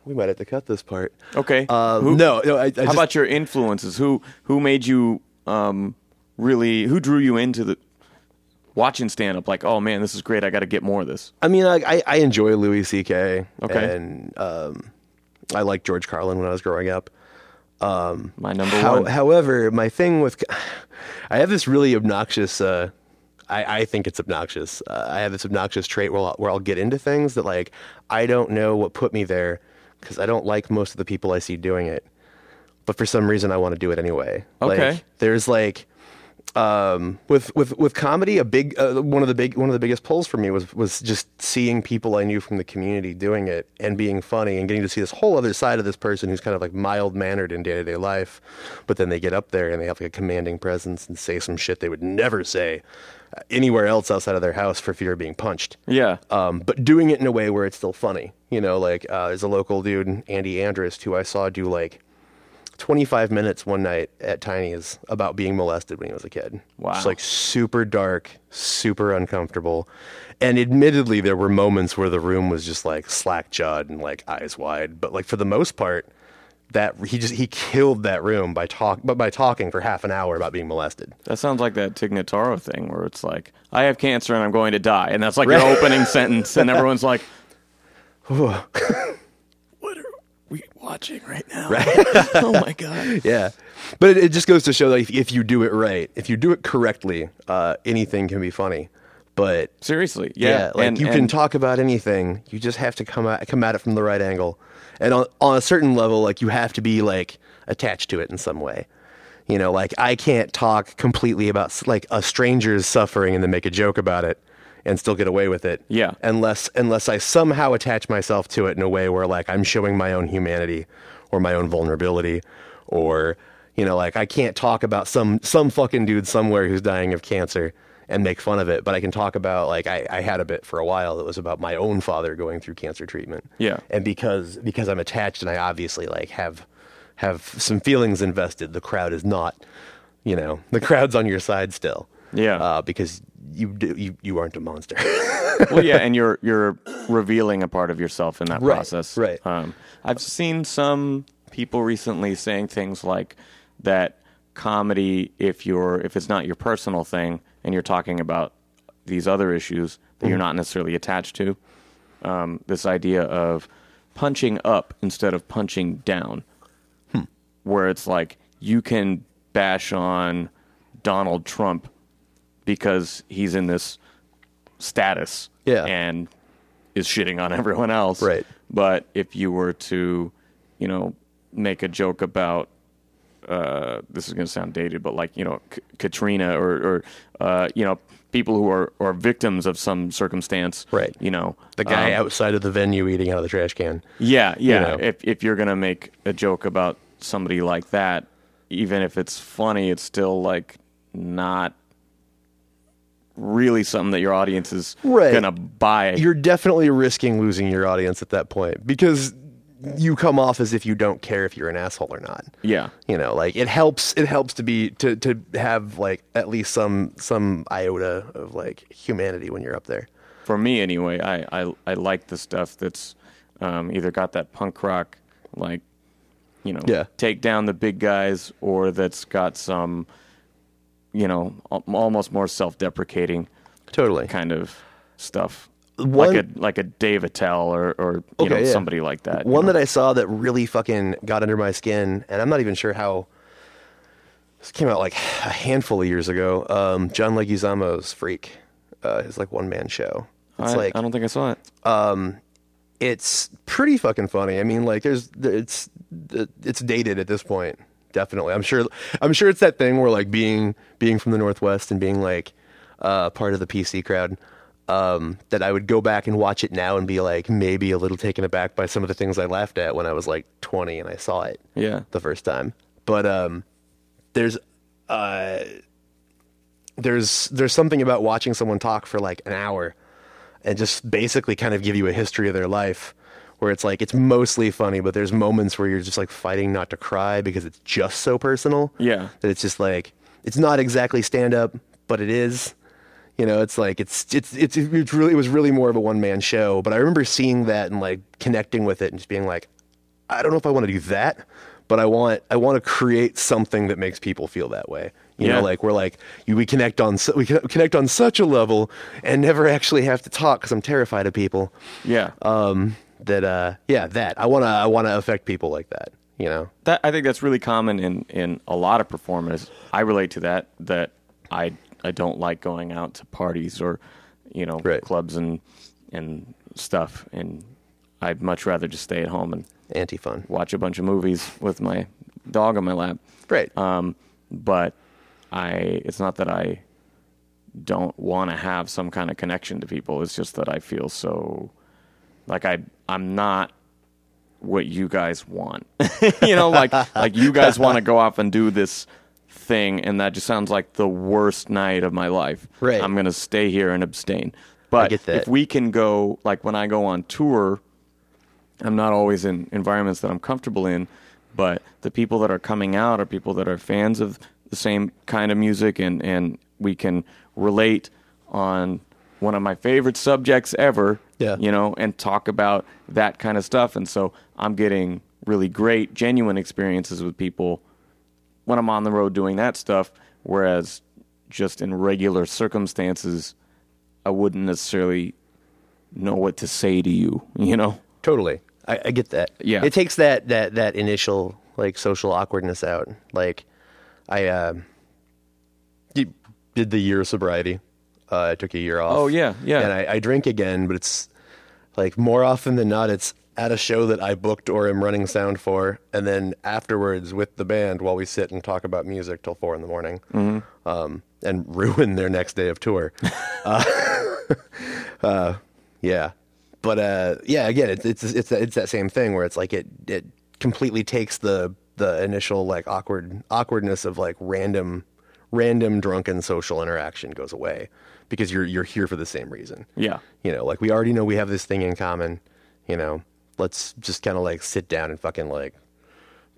We might have to cut this part.
Okay.
Um,
who,
no, no. I, I
how
just,
about your influences? Who who made you um, really? Who drew you into the watching stand up? Like, oh man, this is great. I got to get more of this.
I mean, like, I I enjoy Louis C.K.
Okay.
and um, I like George Carlin when I was growing up.
My number
How-
one.
however, my thing with I have this really obnoxious. Uh, I, I think it's obnoxious. Uh, I have this obnoxious trait where I'll, where I'll get into things that like I don't know what put me there because I don't like most of the people I see doing it, but for some reason I want to do it anyway.
Okay.
Like, there's like um, with with with comedy, a big uh, one of the big one of the biggest pulls for me was was just seeing people I knew from the community doing it and being funny and getting to see this whole other side of this person who's kind of like mild mannered in day to day life, but then they get up there and they have like a commanding presence and say some shit they would never say uh, anywhere else outside of their house for fear of being punched
yeah.
um, but doing it in a way where it's still funny. You know, like uh, there's a local dude, Andy Andrist, who I saw do like 25 minutes one night at Tiny's about being molested when he was a kid.
Wow.
It's like super dark, super uncomfortable. And admittedly, there were moments where the room was just like slack jawed and like eyes wide. But like for the most part, that he just he killed that room by talk but by talking for half an hour about being molested.
That sounds like that Tignataro thing where it's like, I have cancer and I'm going to die. And that's like your opening sentence. And everyone's like, what are we watching right now? oh my God.
Yeah, but it, it just goes to show that if, if you do it right, if you do it correctly, uh, anything can be funny. But
Seriously. Yeah.
yeah, like
and,
you can
and-
talk about anything. You just have to come at, come at it from the right angle, and on on a certain level, like you have to be like attached to it in some way. You know, like I can't talk completely about s- like a stranger's suffering and then make a joke about it and still get away with it.
Yeah.
unless unless I somehow attach myself to it in a way where like I'm showing my own humanity or my own vulnerability or you know like I can't talk about some some fucking dude somewhere who's dying of cancer and make fun of it, but I can talk about like I, I had a bit for a while that was about my own father going through cancer treatment.
Yeah.
And because because I'm attached and I obviously like have have some feelings invested, the crowd is not, you know, the crowd's on your side still.
Yeah.
Uh, because you, do, you you aren't a monster.
well, yeah, and you're you're revealing a part of yourself in that
Right,
process.
right.
Um, I've seen some people recently saying things like that comedy, if you're if it's not your personal thing and you're talking about these other issues that
Mm-hmm.
you're not necessarily attached to, um, this idea of punching up instead of punching down where it's like you can bash on Donald Trump because he's in this status
Yeah.
and is shitting on everyone else.
Right.
But if you were to, you know, make a joke about uh, this is going to sound dated, but like you know, K- Katrina or, or uh, you know, people who are, are victims of some circumstance,
Right.
You know,
the guy
um,
outside of the venue eating out of the trash can.
yeah, yeah.
know.
If if you're gonna make a joke about somebody like that, even if it's funny, it's still like not really something that your audience is
Right.
gonna buy.
You're definitely risking losing your audience at that point because you come off as if you don't care if you're an asshole or not.
yeah,
You know, like it helps it helps to be to to have like at least some some iota of like humanity when you're up there.
for me anyway. I I, I like the stuff that's um, either got that punk rock like you know
Yeah.
take down the big guys or that's got some you know al- almost more self-deprecating
Totally.
kind of stuff.
One-
like a like a Dave Attell or or you know
Okay, yeah.
somebody like that.
One that I saw that really fucking got under my skin, and I'm not even sure how. This came out like a handful of years ago. Um, John Leguizamo's Freak, uh, his like one man show. It's
I,
like
I don't think I saw it.
it's pretty fucking funny. I mean, like there's it's it's dated at this point. Definitely, I'm sure. I'm sure it's that thing where like being being from the northwest and being like uh, part of the PC crowd. Um, that I would go back and watch it now and be like maybe a little taken aback by some of the things I laughed at when I was like 20 and I saw it
Yeah.
the first time. But um, there's uh, there's there's something about watching someone talk for like an hour and just basically kind of give you a history of their life where it's like it's mostly funny, but there's moments where you're just like fighting not to cry because it's just so personal.
Yeah.
That it's just like it's not exactly stand up, but it is. You know, it's like it's it's it's it's really it was really more of a one man show. But I remember seeing that and like connecting with it and just being like, I don't know if I want to do that, but I want I want to create something that makes people feel that way. You
Yeah.
know, like we're like you, we connect on su- we con- connect on such a level and never actually have to talk because I'm terrified of people.
Yeah.
Um, that uh, yeah, that I wanna I wanna affect people like that. You know,
that I think that's really common in in a lot of performers. I relate to that that I I don't like going out to parties or you know
Right.
clubs and and stuff and I'd much rather just stay at home and
anti fun.
watch a bunch of movies with my dog on my lap.
Right.
Um, but I, it's not that I don't want to have some kind of connection to people. It's just that I feel so like I, I'm not what you guys want. you know, like like you guys want to go off and do this thing, and that just sounds like the worst night of my life.
Right.
I'm gonna stay here and abstain. But
get that.
if we can go, like when I go on tour, I'm not always in environments that I'm comfortable in, but the people that are coming out are people that are fans of the same kind of music, and, and we can relate on one of my favorite subjects ever,
Yeah.
you know, and talk about that kind of stuff. And so I'm getting really great, genuine experiences with people when I'm on the road doing that stuff. Whereas just in regular circumstances, I wouldn't necessarily know what to say to you, you know?
Totally. I, I get that.
Yeah.
It takes that that that initial like social awkwardness out. Like I uh, did did the year of sobriety. Uh, I took a year off.
Oh, yeah, yeah.
And I, I drink again, but it's like more often than not, it's at a show that I booked or am running sound for, and then afterwards with the band while we sit and talk about music till four in the morning,
Mm-hmm.
um, and ruin their next day of tour. Uh, Yeah, but uh, yeah, again, it's it's it's that- it's that same thing where it's like it it completely takes the the initial like awkward awkwardness of like random random drunken social interaction goes away because you're you're here for the same reason.
Yeah.
You know, like we already know we have this thing in common. You know, let's just kind of like sit down and fucking like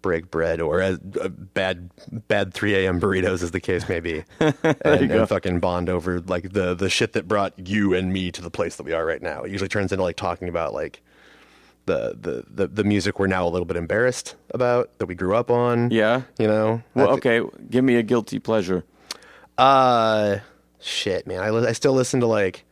break bread or as uh, bad bad 3 a.m. burritos as the case may be, and, and fucking bond over like the the shit that brought you and me to the place that we are right now. It usually turns into like talking about like the the the, the music we're now a little bit embarrassed about that we grew up on.
Yeah.
you know.
Well,
I thi-
okay, give me a guilty pleasure.
Uh, shit, man. I li- I still listen to like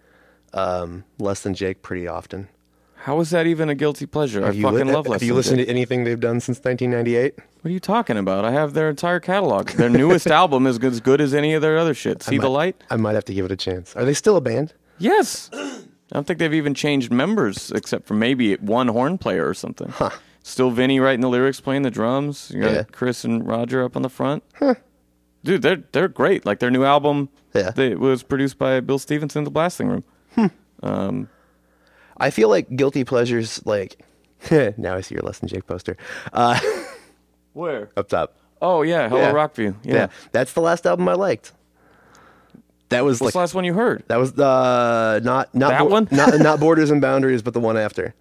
um less than Jake pretty often.
How is that even a guilty pleasure? I
Have you li-
fucking love
Have
Leslie.
you listened to anything they've done since 1998?
What are you talking about? I have their entire catalog. Their newest album is as good as any of their other shit. See the light?
I might have to give it a chance. Are they still a band?
Yes. I don't think they've even changed members except for maybe one horn player or something. Still Vinny writing the lyrics, playing the drums. You got
Yeah.
Chris and Roger up on the front. Dude, they're they're great. Like their new album
Yeah.
that was produced by Bill Stevenson of the Blasting Room.
I feel like guilty pleasures. Like now, I see your less than Jake poster uh,
Where?
up top.
Oh yeah, Hello
Yeah.
Rockview. Yeah.
Yeah. that's the last album I liked. That was
What's the
like
last one you heard?
that was uh, not not
That one?
not not borders and boundaries, but the one after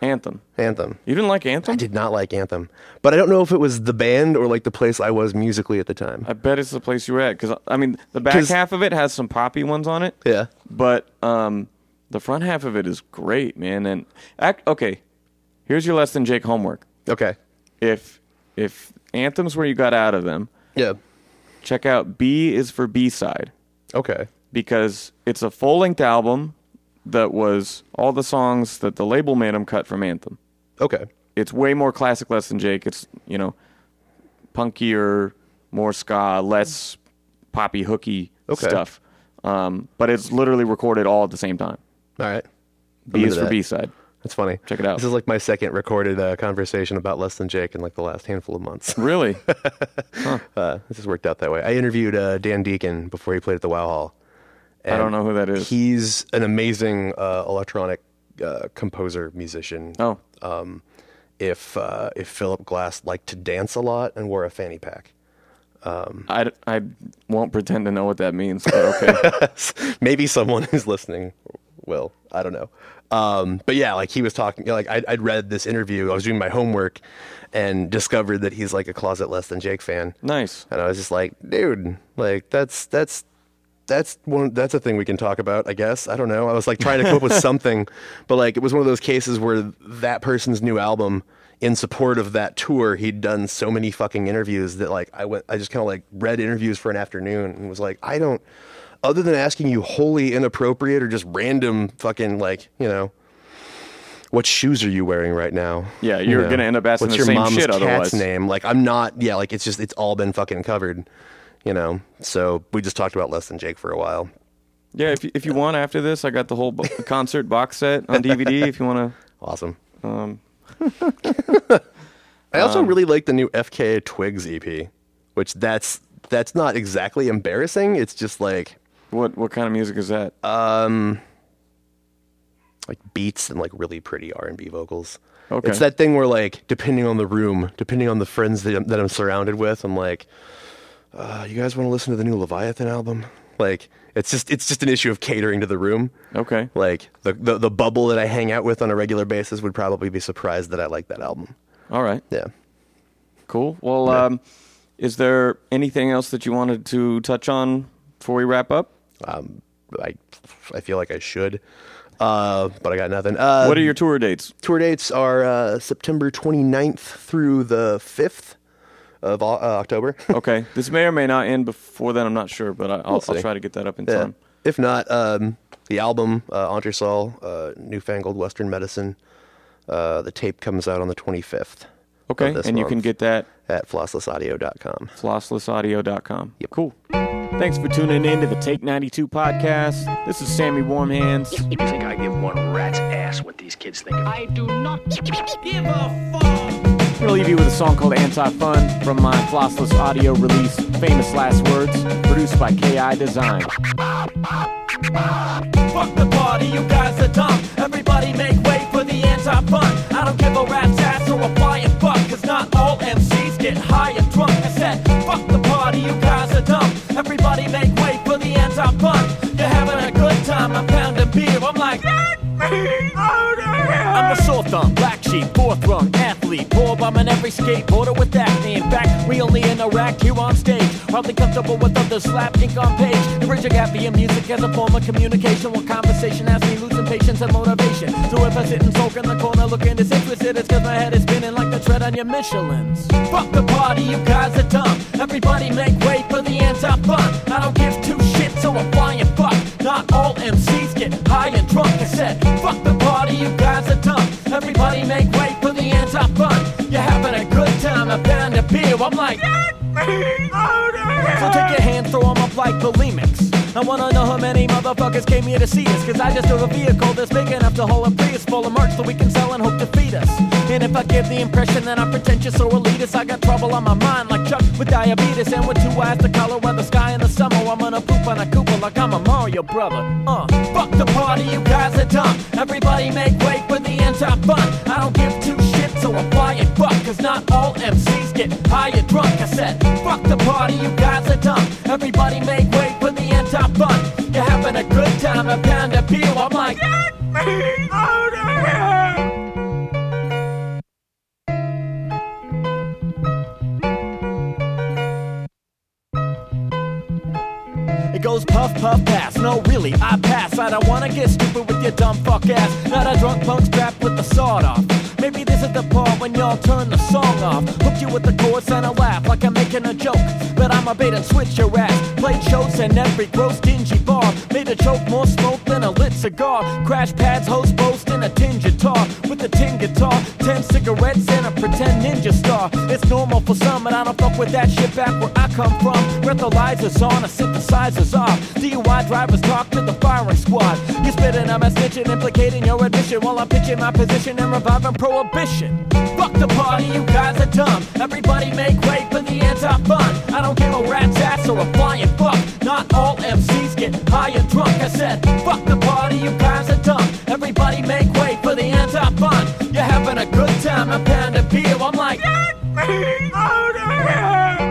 Anthem.
Anthem.
You didn't like Anthem?
I did not like Anthem, but I don't know if it was the band or like the place I was musically at the time.
I bet it's the place you were at because I mean the back
'Cause-
half of it has some poppy ones on it.
Yeah.
but um, the front half of it is great, man. And act, okay, here's your less than Jake homework.
Okay.
If if anthems where you got out of them,
Yeah.
check out B is for B side
Okay.
because it's a full length album that was all the songs that the label made them cut from Anthem.
Okay.
It's way more classic less than Jake. It's you know punkier, more ska, less poppy hooky
Okay.
stuff. Um, but it's literally recorded all at the same time.
All right.
B is
into
for
that.
B side.
That's funny.
Check it out.
This is like my second recorded uh, conversation about less than Jake in like the last handful of months.
Really?
Uh, this has worked out that way. I interviewed uh, Dan Deacon before he played at the Wow Hall.
I don't know who that is.
He's an amazing uh, electronic uh, composer, musician.
oh,
If uh, if Philip Glass liked to dance a lot and wore a fanny pack,
I, I won't pretend to know what that means, but okay.
maybe someone who's listening will. I don't know. Um, but yeah, like he was talking. Like I'd, I'd read this interview. I was doing my homework and discovered that he's like a closet less than Jake fan.
nice.
And I was just like, dude, like that's that's that's one that's a thing we can talk about, I guess. I don't know. I was like trying to come up with something, but like it was one of those cases where that person's new album in support of that tour, he'd done so many fucking interviews that like I went I just kind of like read interviews for an afternoon and was like, I don't other than asking you wholly inappropriate or just random fucking like, you know, what shoes are you wearing right now?
Yeah, you're gonna end up asking
what's
the
your
same
mom's
shit
cat's
otherwise.
name. Like I'm not. Yeah, like it's just it's all been fucking covered. You know. So we just talked about less than Jake for a while.
Yeah, if you, if you want after this, I got the whole bo- concert box set on DVD if you want to.
Awesome. Um. I also
Um.
really like the new FKA Twigs EP, which that's that's not exactly embarrassing. It's just like
What, what kind of music is that?
Uh, like beats and like really pretty R and B vocals.
Okay.
It's that thing where like depending on the room, depending on the friends that I'm, that I'm surrounded with, I'm like, uh, you guys want to listen to the new Leviathan album? Like it's just it's just an issue of catering to the room.
okay.
Like the, the the bubble that I hang out with on a regular basis would probably be surprised that I like that album.
All right.
Yeah.
Cool. Well, um, is there anything else that you wanted to touch on before we wrap up?
Um, I I feel like I should. Uh, but I got nothing. Uh,
what are your tour dates?
tour dates are uh, September 29th through the 5th of Au- uh, October.
Okay, this may or may not end before then. I'm not sure, but I, I'll,
see.
I'll try to get that up in
Yeah.
time.
If not, um, the album uh, Entresol, uh, Newfangled Western Medicine. Uh, the tape comes out on the 25th. of
Okay,
this
and you can
month
get that
at flosslessaudio.com.
flosslessaudio.com. Yep. Cool. Thanks for tuning in to the Take 92 podcast. This is Sammy Warmhands.
You think I give one rat's ass what these kids think of?
I do not give a
We're gonna leave you with a song called Anti Fun from my flossless audio release, Famous Last Words, produced by KI Design.
Fuck the party, you guys are dumb. Everybody make way for the anti-fun. I don't give a rat's ass or a flying fuck, cause not all MCs get high and drunk. I said, fuck the party, you guys are dumb. Everybody make way for the anti-fun. You're having a good time, I'm pounding beer. I'm like, I'm a sore thumb, black sheep, fourth rung, athlete, poor bum on every skateboarder with acne. In fact, we only interact here on stage. Hardly comfortable with others, slap ink on page. Enriching gap via music as a form of communication. While conversation has me losing patience and motivation. So if I sit and soak in the corner looking disinterested, it's cause my head is spinning like the tread on your Michelin's. Fuck the party, you guys are dumb. Everybody make way for the anti-fun. I don't give two shits, so I'm flying fuck. Not all MCs get high and drunk. I said, fuck the party, you guys are dumb. Everybody make way for the anti-fun. You're having a good time, I found a beer. I'm like, so take your hands, throw 'em up like bulimics. I wanna know how many motherfuckers came here to see us. Cause I just have a vehicle that's big enough to hold a Prius full of merch so we can sell and hope to feed us. And if I give the impression that I'm pretentious or elitist, I got trouble on my mind like Chuck with diabetes. And with two eyes, the color of the sky in the summer, I'm gonna poop on a Cooper like I'm a Mario brother. Uh, fuck the party, you guys are dumb. Everybody make way for the anti-fun. I don't give two shits, so I'm flying fuck. Cause not all MCs get high and drunk. I said, fuck the party, you guys are dumb. Everybody make way for the anti-fun. You're having a good time, a pound of beer. I'm like, get me out of here! It goes puff, puff, pass. No, really, I pass. I don't wanna get stupid with your dumb fuck ass. Not a drunk punk strapped with the sawed off. Maybe this is the part when y'all turn the song off. Hooked you with the chorus and a laugh like I'm making a joke. But I'm a bait and switch your ass. Played shows in every gross, dingy bar. Made a choke more smoke than a lit cigar. Crash pads, host boast, and a tinge guitar. With a tin guitar, ten cigarettes, and a pretend ninja star. It's normal for some, but I don't fuck with that shit back where I come from. Breathalyzers on, a synthesizer's off. DUI drivers talk to the firing squad. You spitting, I'm a snitching, implicating your admission while I'm pitching my position and reviving prohibition. Fuck the party, you guys are dumb. Everybody make way for the anti-fun. I don't give a rat's ass or a flying fuck. Not all MCs get high and drunk. I said, fuck the party, you guys are dumb. Everybody make way for the anti-fun. You're having a good time, a pound of beer. I'm like, get me out of here!